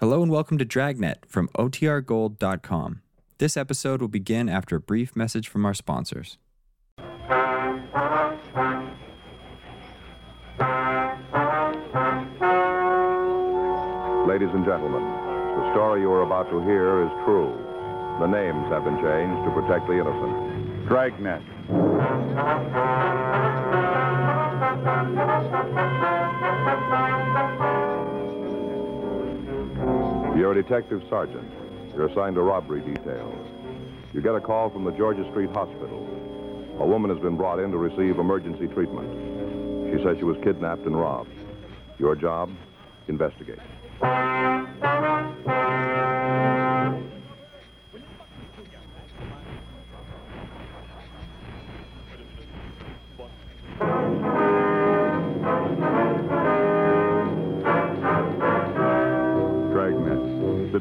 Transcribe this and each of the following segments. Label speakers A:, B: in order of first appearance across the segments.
A: Hello and welcome to Dragnet from OTRGold.com. This episode will begin after a brief message from our sponsors.
B: Ladies and gentlemen, the story you are about to hear is true. The names have been changed to protect the innocent. Dragnet. You're a detective sergeant. You're assigned to robbery details. You get a call from the Georgia Street Hospital. A woman has been brought in to receive emergency treatment. She says she was kidnapped and robbed. Your job? Investigate.
C: Dragnet, the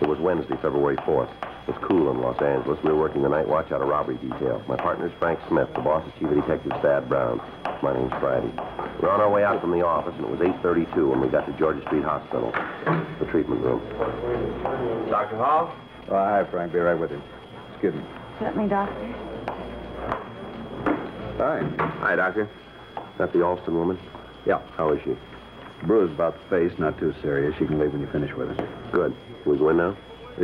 D: It was Wednesday, February 4th. It was cool in Los Angeles. We were working the night watch out of robbery detail. My partner's Frank Smith. The boss is Chief of Detectives Thad Brown. My name's Friday. We're on our way out from the office, and it was 8.32 when we got to Georgia Street Hospital, the treatment room. Dr. Hall?
E: Oh, hi, Frank. Be right with you. Excuse me.
F: Certainly, Doctor.
E: Hi.
D: Hi, Doctor. That the Alston woman?
E: Yeah.
D: How is she?
E: Bruise about the face, not too serious. You can leave when you finish with it.
D: Good. We go in now?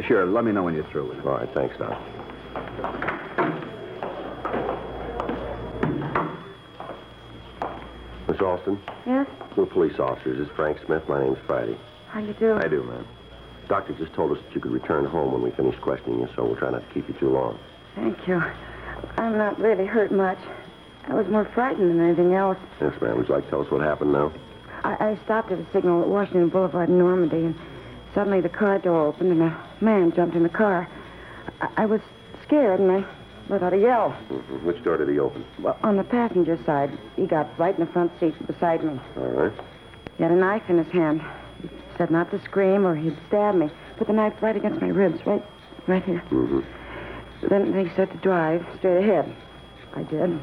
E: Sure, let me know when you're through with it.
D: All right, thanks, Doc. Miss Alston,
F: Yes?
D: we're police officers. It's Frank Smith. My name's Friday.
F: How you do?
D: I do, ma'am. Doctor just told us that you could return home when we finish questioning you, so we'll try not to keep you too long.
F: Thank you. I'm not really hurt much. I was more frightened than anything else.
D: Yes, ma'am. Would you like to tell us what happened now?
F: I, I stopped at a signal at Washington Boulevard in Normandy, and suddenly the car door opened and a man jumped in the car. I, I was scared and I let out a yell.
D: Mm-hmm. Which door did he open?
F: Well, on the passenger side, he got right in the front seat beside me.
D: All right.
F: He had a knife in his hand. He said not to scream or he'd stab me. Put the knife right against my ribs, right, right here.
D: Mm-hmm.
F: Then they said to drive straight ahead. I did.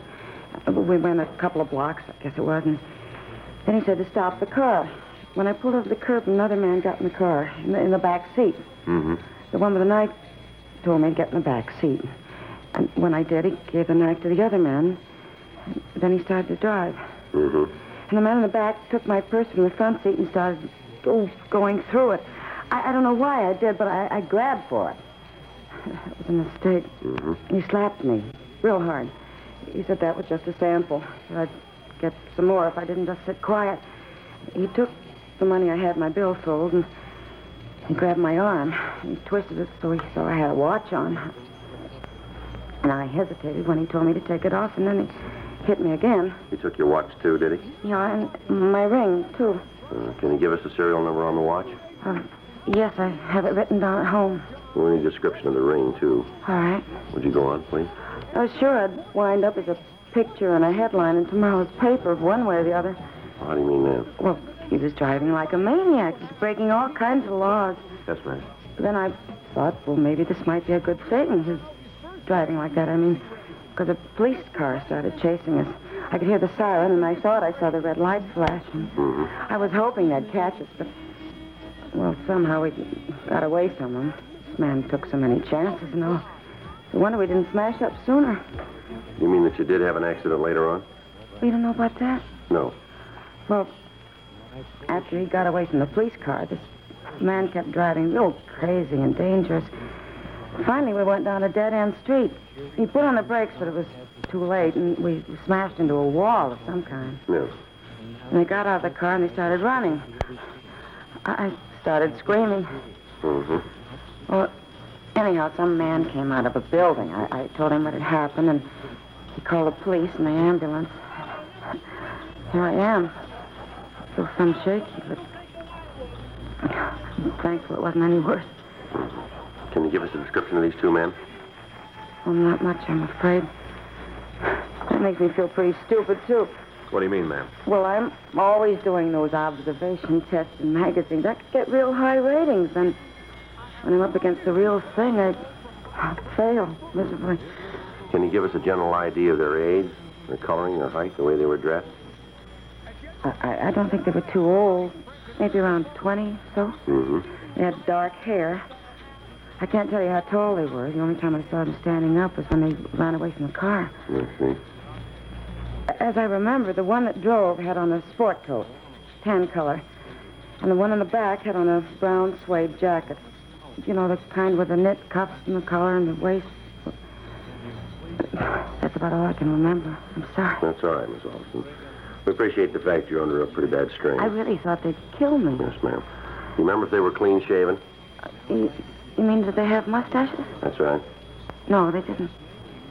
F: Uh, We went a couple of blocks, I guess it was, and then he said to stop the car. When I pulled over the curb, another man got in the car, in the, in the back seat.
D: Mm-hmm.
F: The one with the knife told me to get in the back seat. And when I did, he gave the knife to the other man. Then he started to drive.
D: Mm-hmm.
F: And the man in the back took my purse from the front seat and started oh, going through it. I, I don't know why I did, but I, I grabbed for it. That was a mistake. He slapped me real hard. He said that was just a sample. I'd get some more if I didn't just sit quiet. He took the money I had in my billfold and he grabbed my arm. He twisted it so he saw I had a watch on. And I hesitated when he told me to take it off, and then he hit me again.
D: He took your watch, too, did he?
F: Yeah, and my ring, too.
D: Uh, can you give us the serial number on the watch?
F: Uh, yes, I have it written down at home.
D: We need a description of the ring, too.
F: All right.
D: Would you go on, please?
F: Oh, sure, I'd wind up as a picture and a headline in tomorrow's paper, one way or the other.
D: How do you mean that?
F: Well, he was driving like a maniac, just breaking all kinds of laws.
D: Yes, ma'am.
F: Then I thought, well, maybe this might be a good thing, his driving like that. I mean, because a police car started chasing us. I could hear the siren, and I thought I saw the red lights flash. And I was hoping they'd catch us, but, well, somehow we got away from them. This man took so many chances and all. No wonder we didn't smash up sooner.
D: You mean that you did have an accident later on?
F: We don't know about that.
D: No.
F: Well, after he got away from the police car, this man kept driving real crazy and dangerous. Finally, we went down a dead end street. He put on the brakes, but it was too late, and we smashed into a wall of some kind.
D: No.
F: And they got out of the car and they started running. I I started screaming.
D: Mm-hmm.
F: Well, anyhow, some man came out of a building. I, I told him what had happened, and he called the police and the ambulance. Here I am. Still some shaky, but I'm thankful it wasn't any worse.
D: Can you give us a description of these two men?
F: Well, Well, not much, I'm afraid. That makes me feel pretty stupid, too.
D: What do you mean, ma'am?
F: Well, I'm always doing those observation tests in magazines. I could get real high ratings, and when I'm up against the real thing, I I fail miserably.
D: Can you give us a general idea of their age, their coloring, their height, the way they were dressed?
F: I, I, I don't think they were too old. Maybe around 20, so.
D: Mm-hmm.
F: They had dark hair. I can't tell you how tall they were. The only time I saw them standing up was when they ran away from the car.
D: I see.
F: As I remember, the one that drove had on a sport coat, tan color, and the one in the back had on a brown suede jacket. You know, the kind with the knit cuffs and the collar and the waist. That's about all I can remember. I'm sorry.
D: That's all right, Miss Austin. We appreciate the fact you're under a pretty bad strain.
F: I really thought they'd kill me.
D: Yes, ma'am. You remember if they were clean shaven?
F: You, you mean that they have mustaches?
D: That's right.
F: No, they didn't.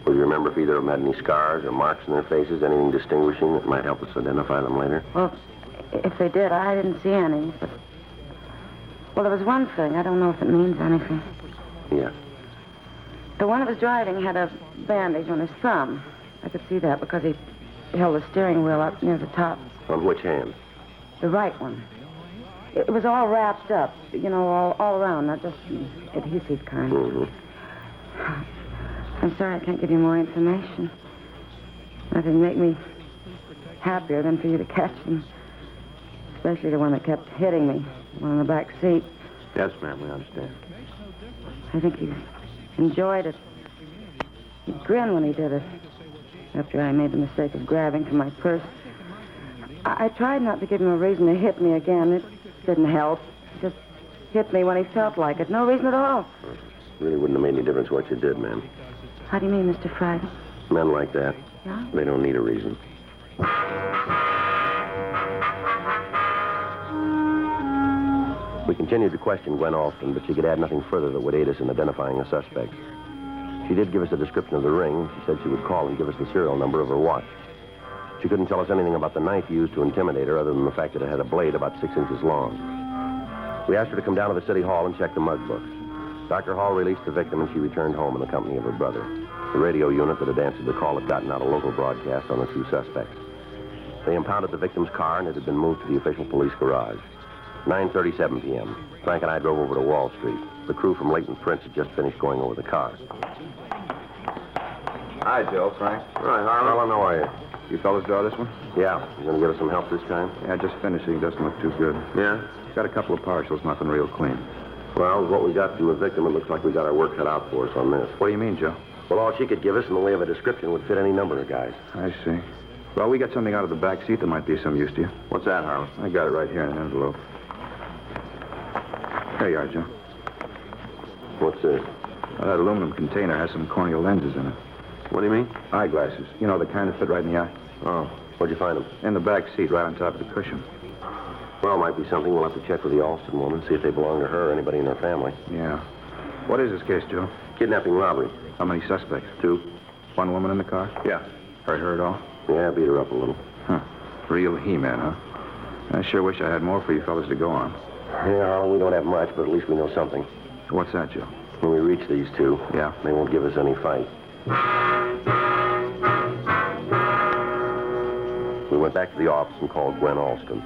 D: Well, you remember if either of them had any scars or marks in their faces, anything distinguishing that might help us identify them later?
F: Well, if they did, I didn't see any. But well, there was one thing. I don't know if it means anything.
D: Yeah.
F: The one that was driving had a bandage on his thumb. I could see that because he held the steering wheel up near the top,
D: On which hand?
F: the right one. It was all wrapped up, you know, all, all around, not just the adhesive kind.
D: Mm-hmm.
F: I'm sorry I can't give you more information. Nothing make me happier than for you to catch them, especially the one that kept hitting me, the one in the back seat.
D: Yes, ma'am, we understand.
F: I think he enjoyed it. He grinned when he did it. After I made the mistake of grabbing for my purse, I, I tried not to give him a reason to hit me again. It didn't help. He just hit me when he felt like it. No reason at all.
D: Really wouldn't have made any difference what you did, ma'am.
F: How do you mean, Mr. Friday?
D: Men like that,
F: Yeah?
D: they don't need a reason. We continued to question Gwen Alston, but she could add nothing further that would aid us in identifying a suspect. She did give us a description of the ring. She said she would call and give us the serial number of her watch. She couldn't tell us anything about the knife used to intimidate her other than the fact that it had a blade about six inches long. We asked her to come down to the city hall and check the mug books. Dr. Hall released the victim and she returned home in the company of her brother. The radio unit that had answered the call had gotten out a local broadcast on the two suspects. They impounded the victim's car and it had been moved to the official police garage. 9.37 p.m. Frank and I drove over to Wall Street. The crew from Leighton Prince had just finished going over the car.
B: Hi, Joe. Frank.
D: All right, Harlan, how are you?
B: You fellas draw this one?
D: Yeah, you gonna give us some help this time?
B: Yeah, just finishing. Doesn't look too good.
D: Yeah?
B: Got a couple of partials, nothing real clean.
D: Well, what we got from the victim, it looks like we got our work cut out for us on this.
B: What do you mean, Joe?
D: Well, all she could give us in the way of a description would fit any number of guys.
B: I see. Well, we got something out of the back seat that might be some use to you.
D: What's that, Harlan?
B: I got it right here in an envelope. There you are, Joe.
D: What's this?
B: Well, that aluminum container has some corneal lenses in it.
D: What do you mean?
B: Eyeglasses. You know, the kind that fit right in the eye.
D: Oh, where'd you find them?
B: In the back seat, right on top of the cushion.
D: Well, might be something. We'll have to check with the Alston woman, see if they belong to her or anybody in her family.
B: Yeah. What is this case, Joe?
D: Kidnapping robbery.
B: How many suspects?
D: Two.
B: One woman in the car?
D: Yeah.
B: Hurt her at all?
D: Yeah, beat her up a little.
B: Huh. Real he-man, huh? I sure wish I had more for you fellas to go on.
D: Yeah, we don't have much, but at least we know something.
B: What's that, Joe?
D: When we reach these two,
B: Yeah.
D: they won't give us any fight. We went back to the office and called Gwen Alston.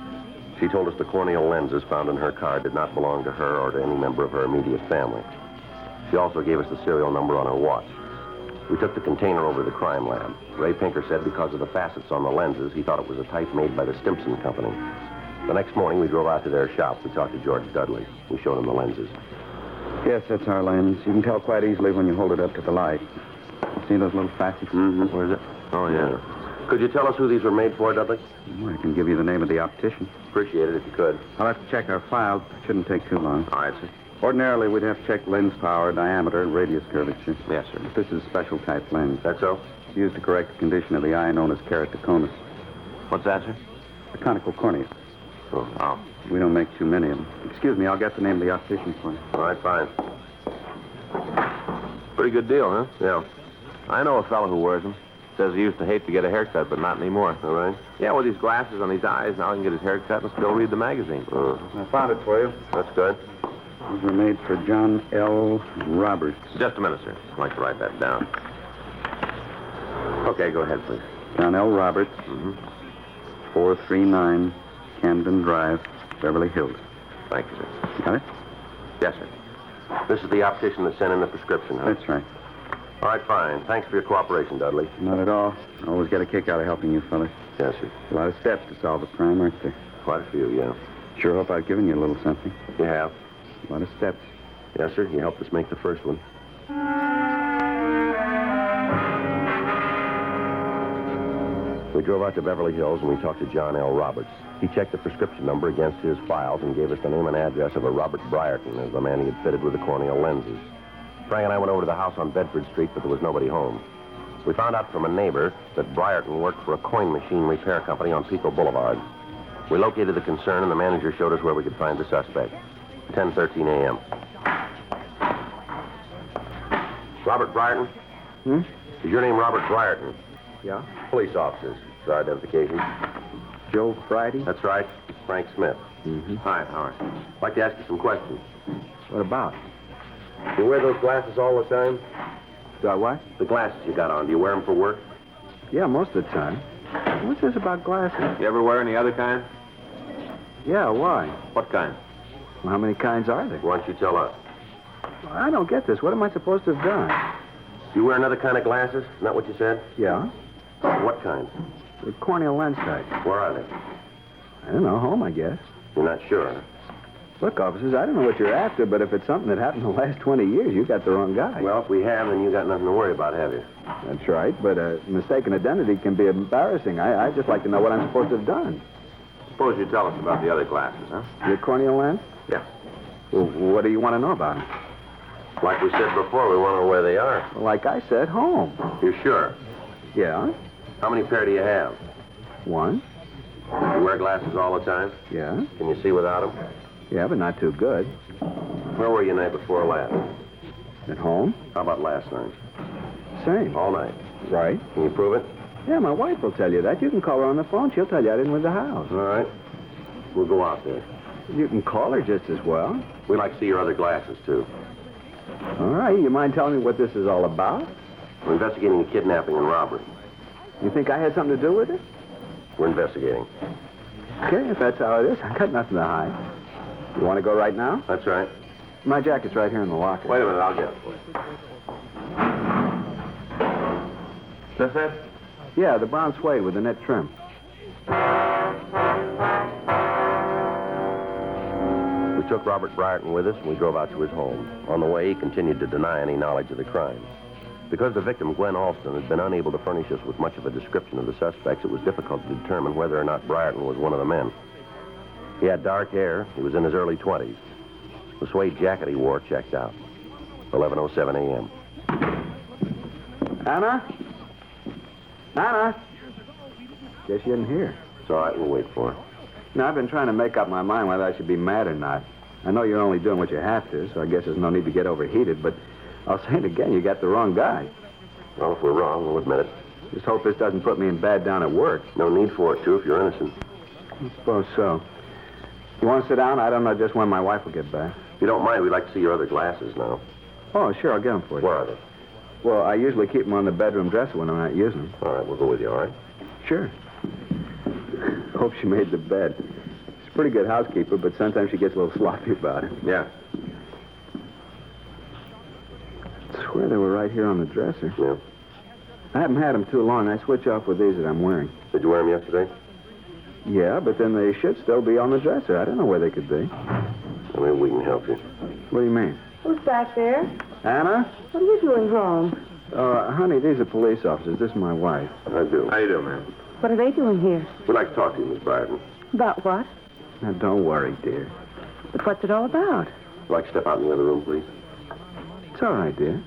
D: She told us the corneal lenses found in her car did not belong to her or to any member of her immediate family. She also gave us the serial number on her watch. We took the container over to the crime lab. Ray Pinker said because of the facets on the lenses, he thought it was a type made by the Stimpson Company. The next morning, we drove out to their shop. We talked to George Dudley. We showed him the lenses.
E: Yes, that's our lens. You can tell quite easily when you hold it up to the light. See those little facets?
D: Mm-hmm. Where's it? Oh, yeah. Could you tell us who these were made for, Dudley?
E: Well, I can give you the name of the optician.
D: Appreciate it if you could.
E: I'll have to check our file. Shouldn't take too long.
D: All right, sir.
E: Ordinarily, we'd have to check lens power, diameter, and radius curvature.
D: Yes, sir.
E: This is a special type lens.
D: That so?
E: It's used to correct the condition of the eye known as keratoconus,
D: What's that, sir?
E: a conical cornea.
D: Oh, wow.
E: We don't make too many of them. Excuse me, I'll get the name of the optician for you.
D: All right, fine. Pretty good deal, huh? Yeah. I know a fellow who wears them. Says he used to hate to get a haircut, but not anymore. All right. Yeah, with these glasses on his eyes, now he can get his hair cut and still read the magazine. Uh,
E: I found it for you.
D: that's good.
E: These were made for John L. Roberts.
D: Just a minute, sir. I'd like to write that down. Okay, go ahead, please.
E: Donnell Roberts, Mm-hmm. 439 Camden Drive, Beverly Hills.
D: Thank you, sir.
E: Got it?
D: Yes, sir. This is the optician that sent in the prescription, huh?
E: That's right.
D: All right, fine. Thanks for your cooperation, Dudley.
E: Not at all. I always get a kick out of helping you fellas.
D: Yes, sir.
E: A lot of steps to solve a crime, aren't there?
D: Quite a few, yeah.
E: Sure hope I've given you a little something.
D: You have?
E: A lot of steps.
D: Yes, sir. You helped us make the first one. We drove out to Beverly Hills and we talked to John L. Roberts. He checked the prescription number against his files and gave us the name and address of a Robert Brierton as the man he had fitted with the corneal lenses. Frank and I went over to the house on Bedford Street, but there was nobody home. We found out from a neighbor that Brierton worked for a coin machine repair company on Pico Boulevard. We located the concern and the manager showed us where we could find the suspect. 10.13 a.m. Robert Brierton? Hmm? Is your name Robert Brierton?
E: Yeah?
D: Police officers for identification.
E: Joe Friday?
D: That's right. Frank Smith. Mm-hmm. Hi, Howard. I'd like to ask you some questions.
E: What about?
D: You wear those glasses all the time?
E: Do I what?
D: The glasses you got on, do you wear them for work?
E: Yeah, most of the time. What's this about glasses?
D: You ever wear any other kind?
E: Yeah, why?
D: What kind?
E: Well, how many kinds are there?
D: Why don't you tell us?
E: I don't get this. What am I supposed to have done?
D: You wear another kind of glasses? Not what you said?
E: Yeah?
D: What kind?
E: The corneal lens type.
D: Where are they?
E: I don't know, home, I guess.
D: You're not sure.
E: Look, officers, I don't know what you're after, but if it's something that happened in the last 20 years, you got the wrong guy.
D: Well, if we have, then you got nothing to worry about, have you?
E: That's right, but a mistaken identity can be embarrassing. I, I'd just like to know what I'm supposed to have done.
D: Suppose you tell us about the other glasses, huh?
E: Your corneal lens?
D: Yeah.
E: Well, what do you want to know about it?
D: Like we said before, we want to know where they are.
E: Well, like I said, home.
D: You're sure?
E: Yeah?
D: How many pair do you have?
E: One?
D: You wear glasses all the time?
E: Yeah?
D: Can you see without them?
E: Yeah, but not too good.
D: Where were you night before last?
E: At home?
D: How about last night?
E: Same.
D: All night.
E: Right?
D: Can you prove it?
E: Yeah, my wife will tell you that. You can call her on the phone. She'll tell you I didn't leave the house.
D: All right. We'll go out there.
E: You can call her just as well.
D: We'd like to see your other glasses, too.
E: All right, you mind telling me what this is all about?
D: We're investigating the kidnapping and robbery.
E: You think I had something to do with it?
D: We're investigating.
E: Okay, if that's how it is, I got nothing to hide. You want to go right now?
D: That's right.
E: My jacket's right here in the locker.
D: Wait a minute, I'll get it for you. That's it?
E: Yeah, the brown suede with the net trim.
D: We took Robert Brierton with us and we drove out to his home. On the way, he continued to deny any knowledge of the crime. Because the victim, Gwen Alston, had been unable to furnish us with much of a description of the suspects, it was difficult to determine whether or not Brierton was one of the men. He had dark hair. He was in his early 20s. The suede jacket he wore checked out. 11.07 a.m.
E: Anna? Anna? Guess you didn't hear.
D: It's all right, we'll wait for him.
E: Now, I've been trying to make up my mind whether I should be mad or not. I know you're only doing what you have to, so I guess there's no need to get overheated, but I'll say it again, you got the wrong guy.
D: Well, if we're wrong, we'll admit it.
E: Just hope this doesn't put me in bad down at work.
D: No need for it, too, if you're innocent.
E: Suppose so. You want to sit down? I don't know just when my wife will get back.
D: If you don't mind, we'd like to see your other glasses now.
E: Oh, sure, I'll get them for you.
D: Where are they?
E: Well, I usually keep them on the bedroom dresser when I'm not using them.
D: All right, we'll go with you, all right?
E: Sure. Hope she made the bed. She's a pretty good housekeeper, but sometimes she gets a little sloppy about it.
D: Yeah.
E: swear they were right here on the dresser.
D: Yeah.
E: I haven't had them too long. I switch off with these that I'm wearing.
D: Did you wear them yesterday?
E: Yeah, but then they should still be on the dresser. I don't know where they could be.
D: Maybe we can help you.
E: What do you mean?
F: Who's back there?
E: Anna?
F: What are you doing home?
E: Uh, honey, these are police officers. This is my wife.
D: I do. How you doing, ma'am?
F: What are they doing here?
D: We'd like to talk to you, Miss Brierton.
F: About what?
E: Now, don't worry, dear.
F: But what's it all about?
D: Would you like to step out in the other room, please?
E: It's all right, dear.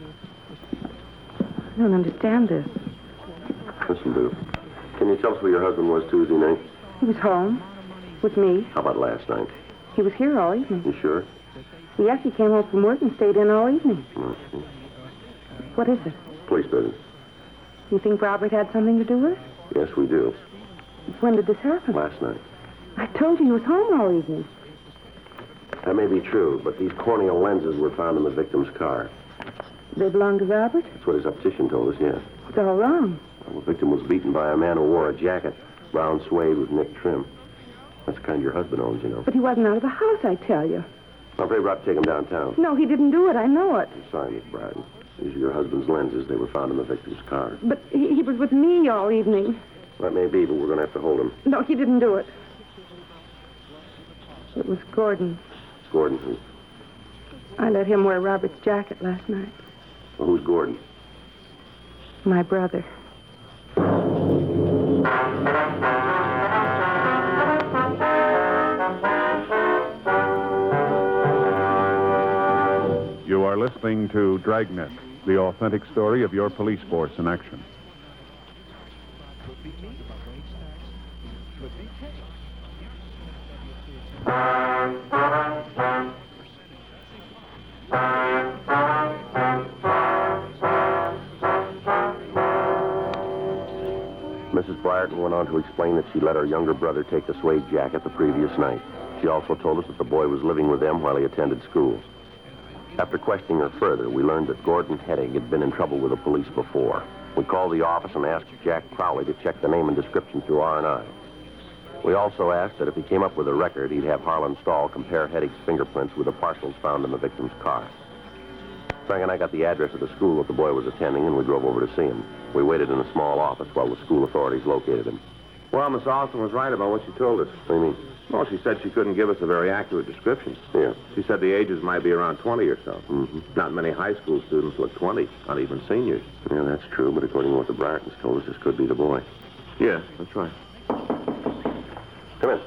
F: I don't understand this.
D: Listen, Lou. Can you tell us where your husband was Tuesday night?
F: He was home with me.
D: How about last night?
F: He was here all evening.
D: You sure?
F: Yes, he came home from work and stayed in all evening.
D: No, I see.
F: What is it?
D: Police business.
F: You think Robert had something to do with it?
D: Yes, we do.
F: When did this happen?
D: Last night.
F: I told you he was home all evening.
D: That may be true, but these corneal lenses were found in the victim's car.
F: They belong to Robert?
D: That's what his optician told us, yes.
F: It's all wrong.
D: The victim was beaten by a man who wore a jacket, brown suede with nick trim. That's the kind your husband owns, you know.
F: But he wasn't out of the house, I tell you.
D: I'm afraid we'll have to take him downtown.
F: No, he didn't do it. I know it.
D: I'm sorry, McBride. These are your husband's lenses. They were found in the victim's car.
F: But he, he was with me all evening.
D: That may be, but we're going to have to hold him.
F: No, he didn't do it. It was Gordon.
D: Gordon, who?
F: I let him wear Robert's jacket last night.
D: Well, who's Gordon?
F: My brother.
C: You are listening to Dragnet, the authentic story of your police force in action.
D: Mrs. Brierton went on to explain that she let her younger brother take the suede jacket the previous night. She also told us that the boy was living with them while he attended school. After questioning her further, we learned that Gordon Hedig had been in trouble with the police before. We called the office and asked Jack Crowley to check the name and description through R&I. We also asked that if he came up with a record, he'd have Harlan Stahl compare Hedig's fingerprints with the parcels found in the victim's car. Frank and I got the address of the school that the boy was attending, and we drove over to see him. We waited in a small office while the school authorities located him.
G: Well, Miss Austin was right about what she told us.
D: What do you mean?
G: Well, she said she couldn't give us a very accurate description.
D: Yeah.
G: She said the ages might be around 20 or so.
D: Mhm.
G: Not many high school students look 20, not even seniors.
D: Yeah, that's true, but according to what the Briertons told us, this could be the boy.
G: Yeah, that's right.
D: Come in.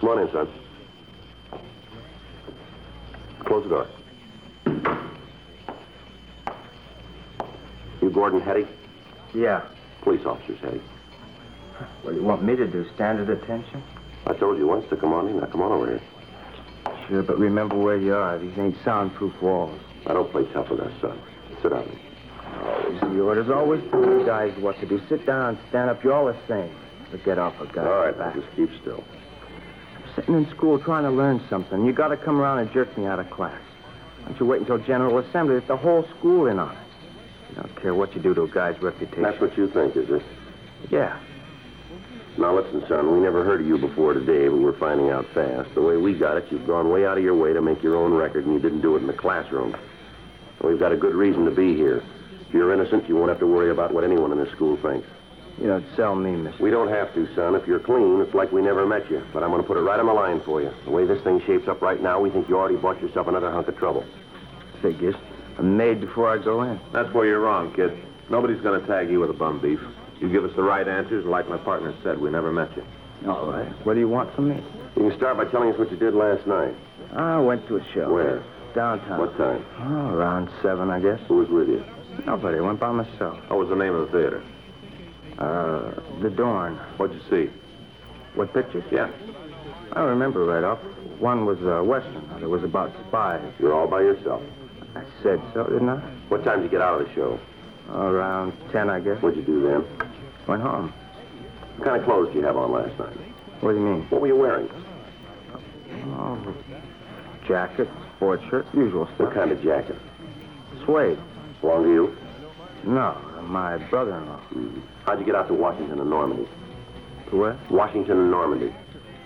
D: Come on in, son. Close the door. You Gordon Hetty?
E: Yeah.
D: Police officers, Hetty.
E: What do you want me to do? Stand at attention?
D: I told you once to come on in. Now, come on over here.
E: Sure, but remember where you are. These ain't soundproof walls.
D: I don't play tough with us, son. Sit down.
E: Always the orders. Always the guys what to do. Sit down, stand up. You're all the same. But get off a guy.
D: All right, now,
E: back.
D: just keep still.
E: Sitting in school trying to learn something. You gotta come around and jerk me out of class. Why don't you wait until General Assembly? It's the whole school in on it. You don't care what you do to a guy's reputation.
D: That's what you think, is it?
E: Yeah.
D: Now, listen, son, we never heard of you before today, but we're finding out fast. The way we got it, you've gone way out of your way to make your own record, and you didn't do it in the classroom. We've got a good reason to be here. If you're innocent, you won't have to worry about what anyone in this school thinks.
E: You don't sell me, mister.
D: We don't have to, son. If you're clean, it's like we never met you. But I'm going to put it right on the line for you. The way this thing shapes up right now, we think you already bought yourself another hunk of trouble.
E: Figures. I'm made before I go in.
G: That's where you're wrong, kid. Nobody's going to tag you with a bum beef. You give us the right answers, and like my partner said, we never met you.
E: All right. What do you want from me?
D: You can start by telling us what you did last night.
E: I went to a show.
D: Where?
E: Downtown.
D: What time?
E: Oh, around seven, I guess.
D: Who was with you?
E: Nobody. Went by myself.
G: What Oh, was the name of the theater?
E: Uh, the Dorn.
G: What'd you see?
E: What pictures?
G: Yeah.
E: I remember right off. One was uh, Western. It was about spies.
D: You're all by yourself.
E: I said so, didn't I?
D: What time did you get out of the show?
E: Around ten, I guess.
D: What'd you do then?
E: Went home.
D: What kind of clothes did you have on last night?
E: What do you mean?
D: What were you wearing?
E: Oh, jacket, sports shirt, usual stuff.
D: What kind of jacket?
E: Suede.
D: Belong to you?
E: No, my brother-in-law.
D: How'd you get out to Washington and Normandy?
E: To where?
D: Washington and Normandy.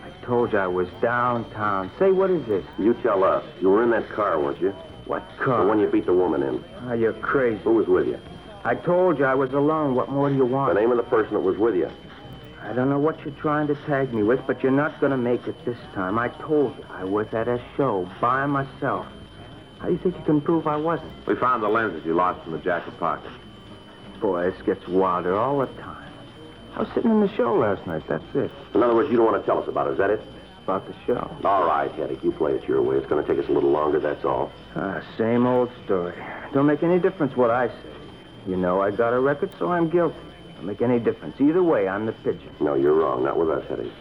E: I told you I was downtown. Say, what is this?
D: You tell us. You were in that car, weren't you?
E: What car?
D: The one you beat the woman in.
E: Ah, you're crazy.
D: Who was with you?
E: I told you I was alone. What more do you
D: The
E: want?
D: name of the person that was with you.
E: I don't know what you're trying to tag me with, but you're not going to make it this time. I told you I was at a show by myself. How do you think you can prove I wasn't?
G: We found the lenses you lost in the jacket pocket.
E: Boy, this gets wilder all the time. I was sitting in the show last night. That's it.
D: In other words, you don't want to tell us about it. Is that it?
E: About the show.
D: All right, Hetty. You play it your way. It's going to take us a little longer, that's all.
E: Ah, same old story. Don't make any difference what I say. You know I got a record, so I'm guilty. Don't make any difference. Either way, I'm the pigeon.
D: No, you're wrong. Not with us, Hetty.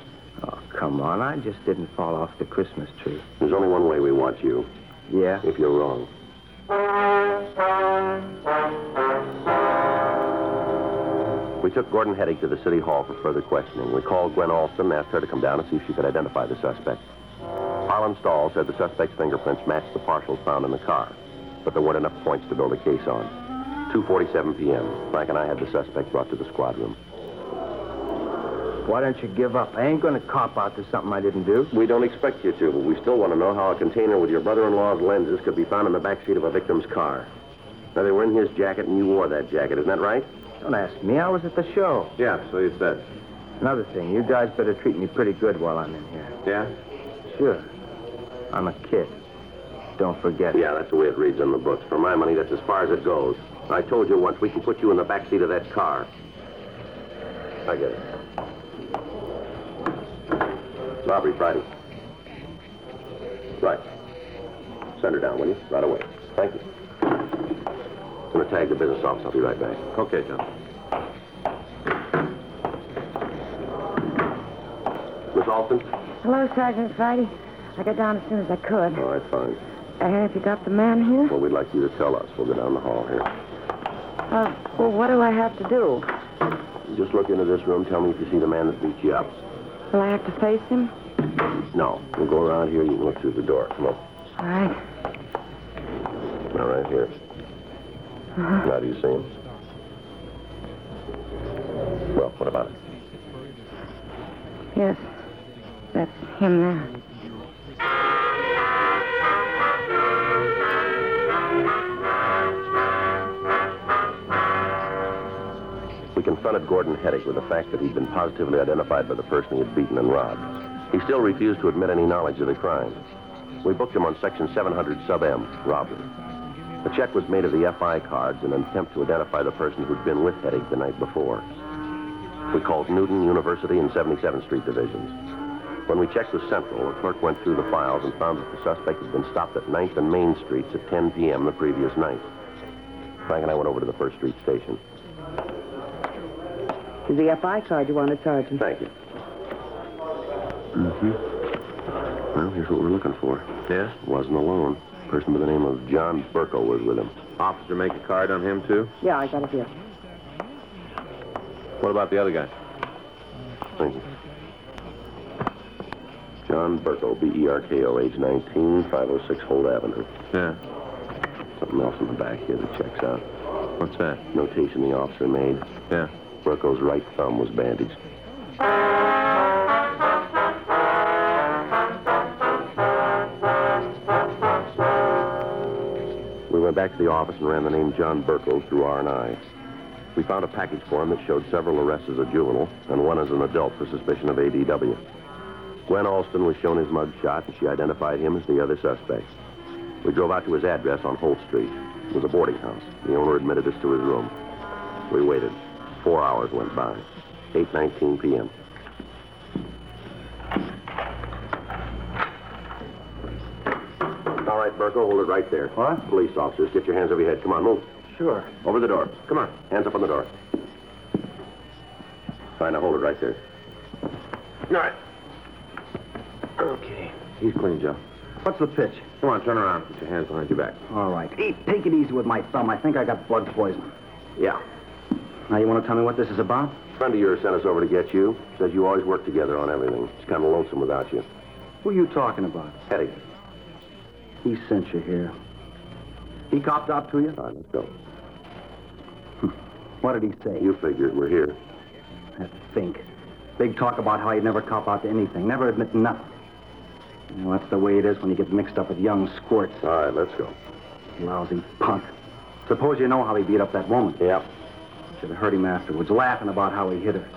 E: Oh, come on. I just didn't fall off the Christmas tree.
D: There's only one way we want you,
E: Yeah?
D: if you're wrong. We took Gordon Hedick to the city hall for further questioning. We called Gwen Alston and asked her to come down and see if she could identify the suspect. Harlan Stahl said the suspect's fingerprints matched the parcels found in the car, but there weren't enough points to build a case on. 2.47 p.m. Frank and I had the suspect brought to the squad room.
H: Why don't you give up? I ain't gonna cop out to something I didn't do.
D: We don't expect you to, but we still want to know how a container with your brother-in-law's lenses could be found in the back seat of a victim's car. Now, they were in his jacket, and you wore that jacket. Isn't that right?
H: Don't ask me. I was at the show.
I: Yeah, so you said.
H: Another thing, you guys better treat me pretty good while I'm in here.
I: Yeah?
H: Sure. I'm a kid. Don't forget.
D: Yeah, that's the way it reads in the books. For my money, that's as far as it goes. I told you once, we can put you in the back seat of that car. I get it. Robbery Friday. Right. Send her down, will you? Right away. Thank you. I'm going to tag the business office. I'll be right back.
I: Okay, John.
D: Miss Alton?
F: Hello, Sergeant Friday. I got down as soon as I could.
D: All right, fine.
F: Uh, have you got the man here?
D: Well, we'd like you to tell us. We'll go down the hall here.
F: Uh, well, what do I have to do?
D: Just look into this room. Tell me if you see the man that beat you up.
F: Will I have to face him?
D: No. We'll go around here. You can look through the door. Come on.
F: All right.
D: Now, right here. Now, do you see him? Well, what about it?
F: Yes. That's him there.
D: We confronted Gordon Hedrick with the fact that he'd been positively identified by the person he had beaten and robbed. He still refused to admit any knowledge of the crime. We booked him on Section 700 Sub M, robbery. The check was made of the FI cards in an attempt to identify the person who'd been with Hedrick the night before. We called Newton University and 77th Street divisions. When we checked with Central, the clerk went through the files and found that the suspect had been stopped at 9th and Main Streets at 10 p.m. the previous night. Frank and I went over to the First Street station.
F: The FI card you wanted, Sergeant.
D: Thank you. Mm-hmm. Well, here's what we're looking for.
I: Yeah?
D: Wasn't alone. person by the name of John Burko was with him.
I: Officer make a card on him, too?
F: Yeah, I got it here.
I: What about the other guy?
D: Thank you. John Burko, E B-E-R-K-O, age 19, 506 Holt Avenue.
I: Yeah.
D: Something else in the back here that checks out.
I: What's that?
D: Notation the officer made.
I: Yeah.
D: Burko's right thumb was bandaged. We went back to the office and ran the name John Burko through R&I. We found a package for him that showed several arrests as a juvenile and one as an adult for suspicion of ADW. Gwen Alston was shown his mug shot, and she identified him as the other suspect. We drove out to his address on Holt Street. It was a boarding house. The owner admitted us to his room. We waited. Four hours went by. 8.19 p.m. All right, Burko, hold it right there.
E: What?
D: Police officers, get your hands over your head. Come on, move.
E: Sure.
D: Over the door. Come on. Hands up on the door. Fine, now hold it right there. All right. Okay.
I: He's clean, Joe.
E: What's the pitch?
I: Come on, turn around. Put your hands behind your back.
E: All right. E- take it easy with my thumb. I think I got blood poison.
D: Yeah.
E: Now, you want to tell me what this is about?
D: Friend of yours sent us over to get you. Says you always work together on everything. It's kind of lonesome without you.
E: Who are you talking about?
D: Hetty.
E: He sent you here. He copped out to you?
D: All right, let's go.
E: What did he say?
D: You figure it. We're here.
E: That think. Big talk about how he'd never cop out to anything, never admit nothing. You know, that's the way it is when you get mixed up with young squirts.
D: All right, let's go.
E: Lousy punk. Suppose you know how he beat up that woman.
D: Yeah.
E: Should have heard him afterwards, laughing about how he hit her.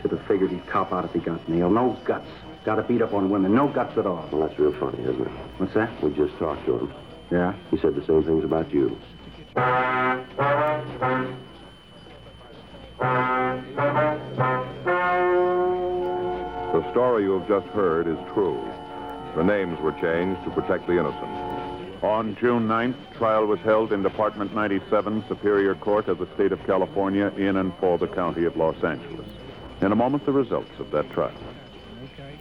E: Should have figured he'd cop out if he got nailed. No guts. Got to beat up on women. No guts at all.
D: Well, that's real funny, isn't it?
E: What's that?
D: We just talked to him.
E: Yeah.
D: He said the same things about you.
B: The story you have just heard is true. The names were changed to protect the innocent.
C: On June 9th, trial was held in Department 97, Superior Court of the State of California, in and for the County of Los Angeles. In a moment, the results of that trial.
J: okay?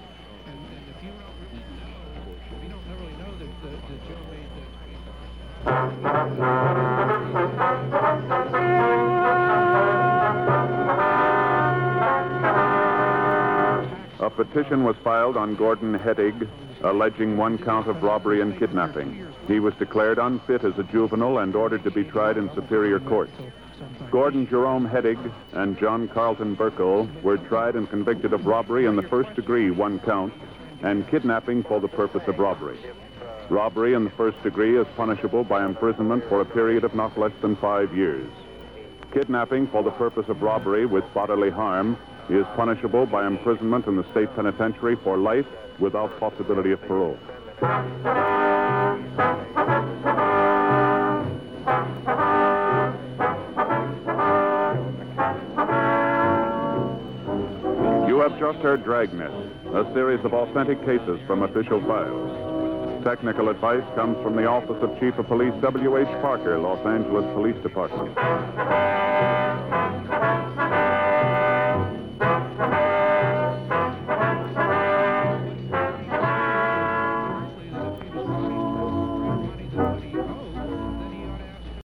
J: And, and if you don't, if you don't really know that, that, that Joe made that
C: A petition was filed on Gordon Hedig, alleging one count of robbery and kidnapping. He was declared unfit as a juvenile and ordered to be tried in Superior Court. Gordon Jerome Hedig and John Carlton Burkle were tried and convicted of robbery in the first degree, one count, and kidnapping for the purpose of robbery. Robbery in the first degree is punishable by imprisonment for a period of not less than five years. Kidnapping for the purpose of robbery with bodily harm is punishable by imprisonment in the state penitentiary for life without possibility of parole. You have just heard Dragnet, a series of authentic cases from official files. Technical advice comes from the Office of Chief of Police W.H. Parker, Los Angeles Police Department.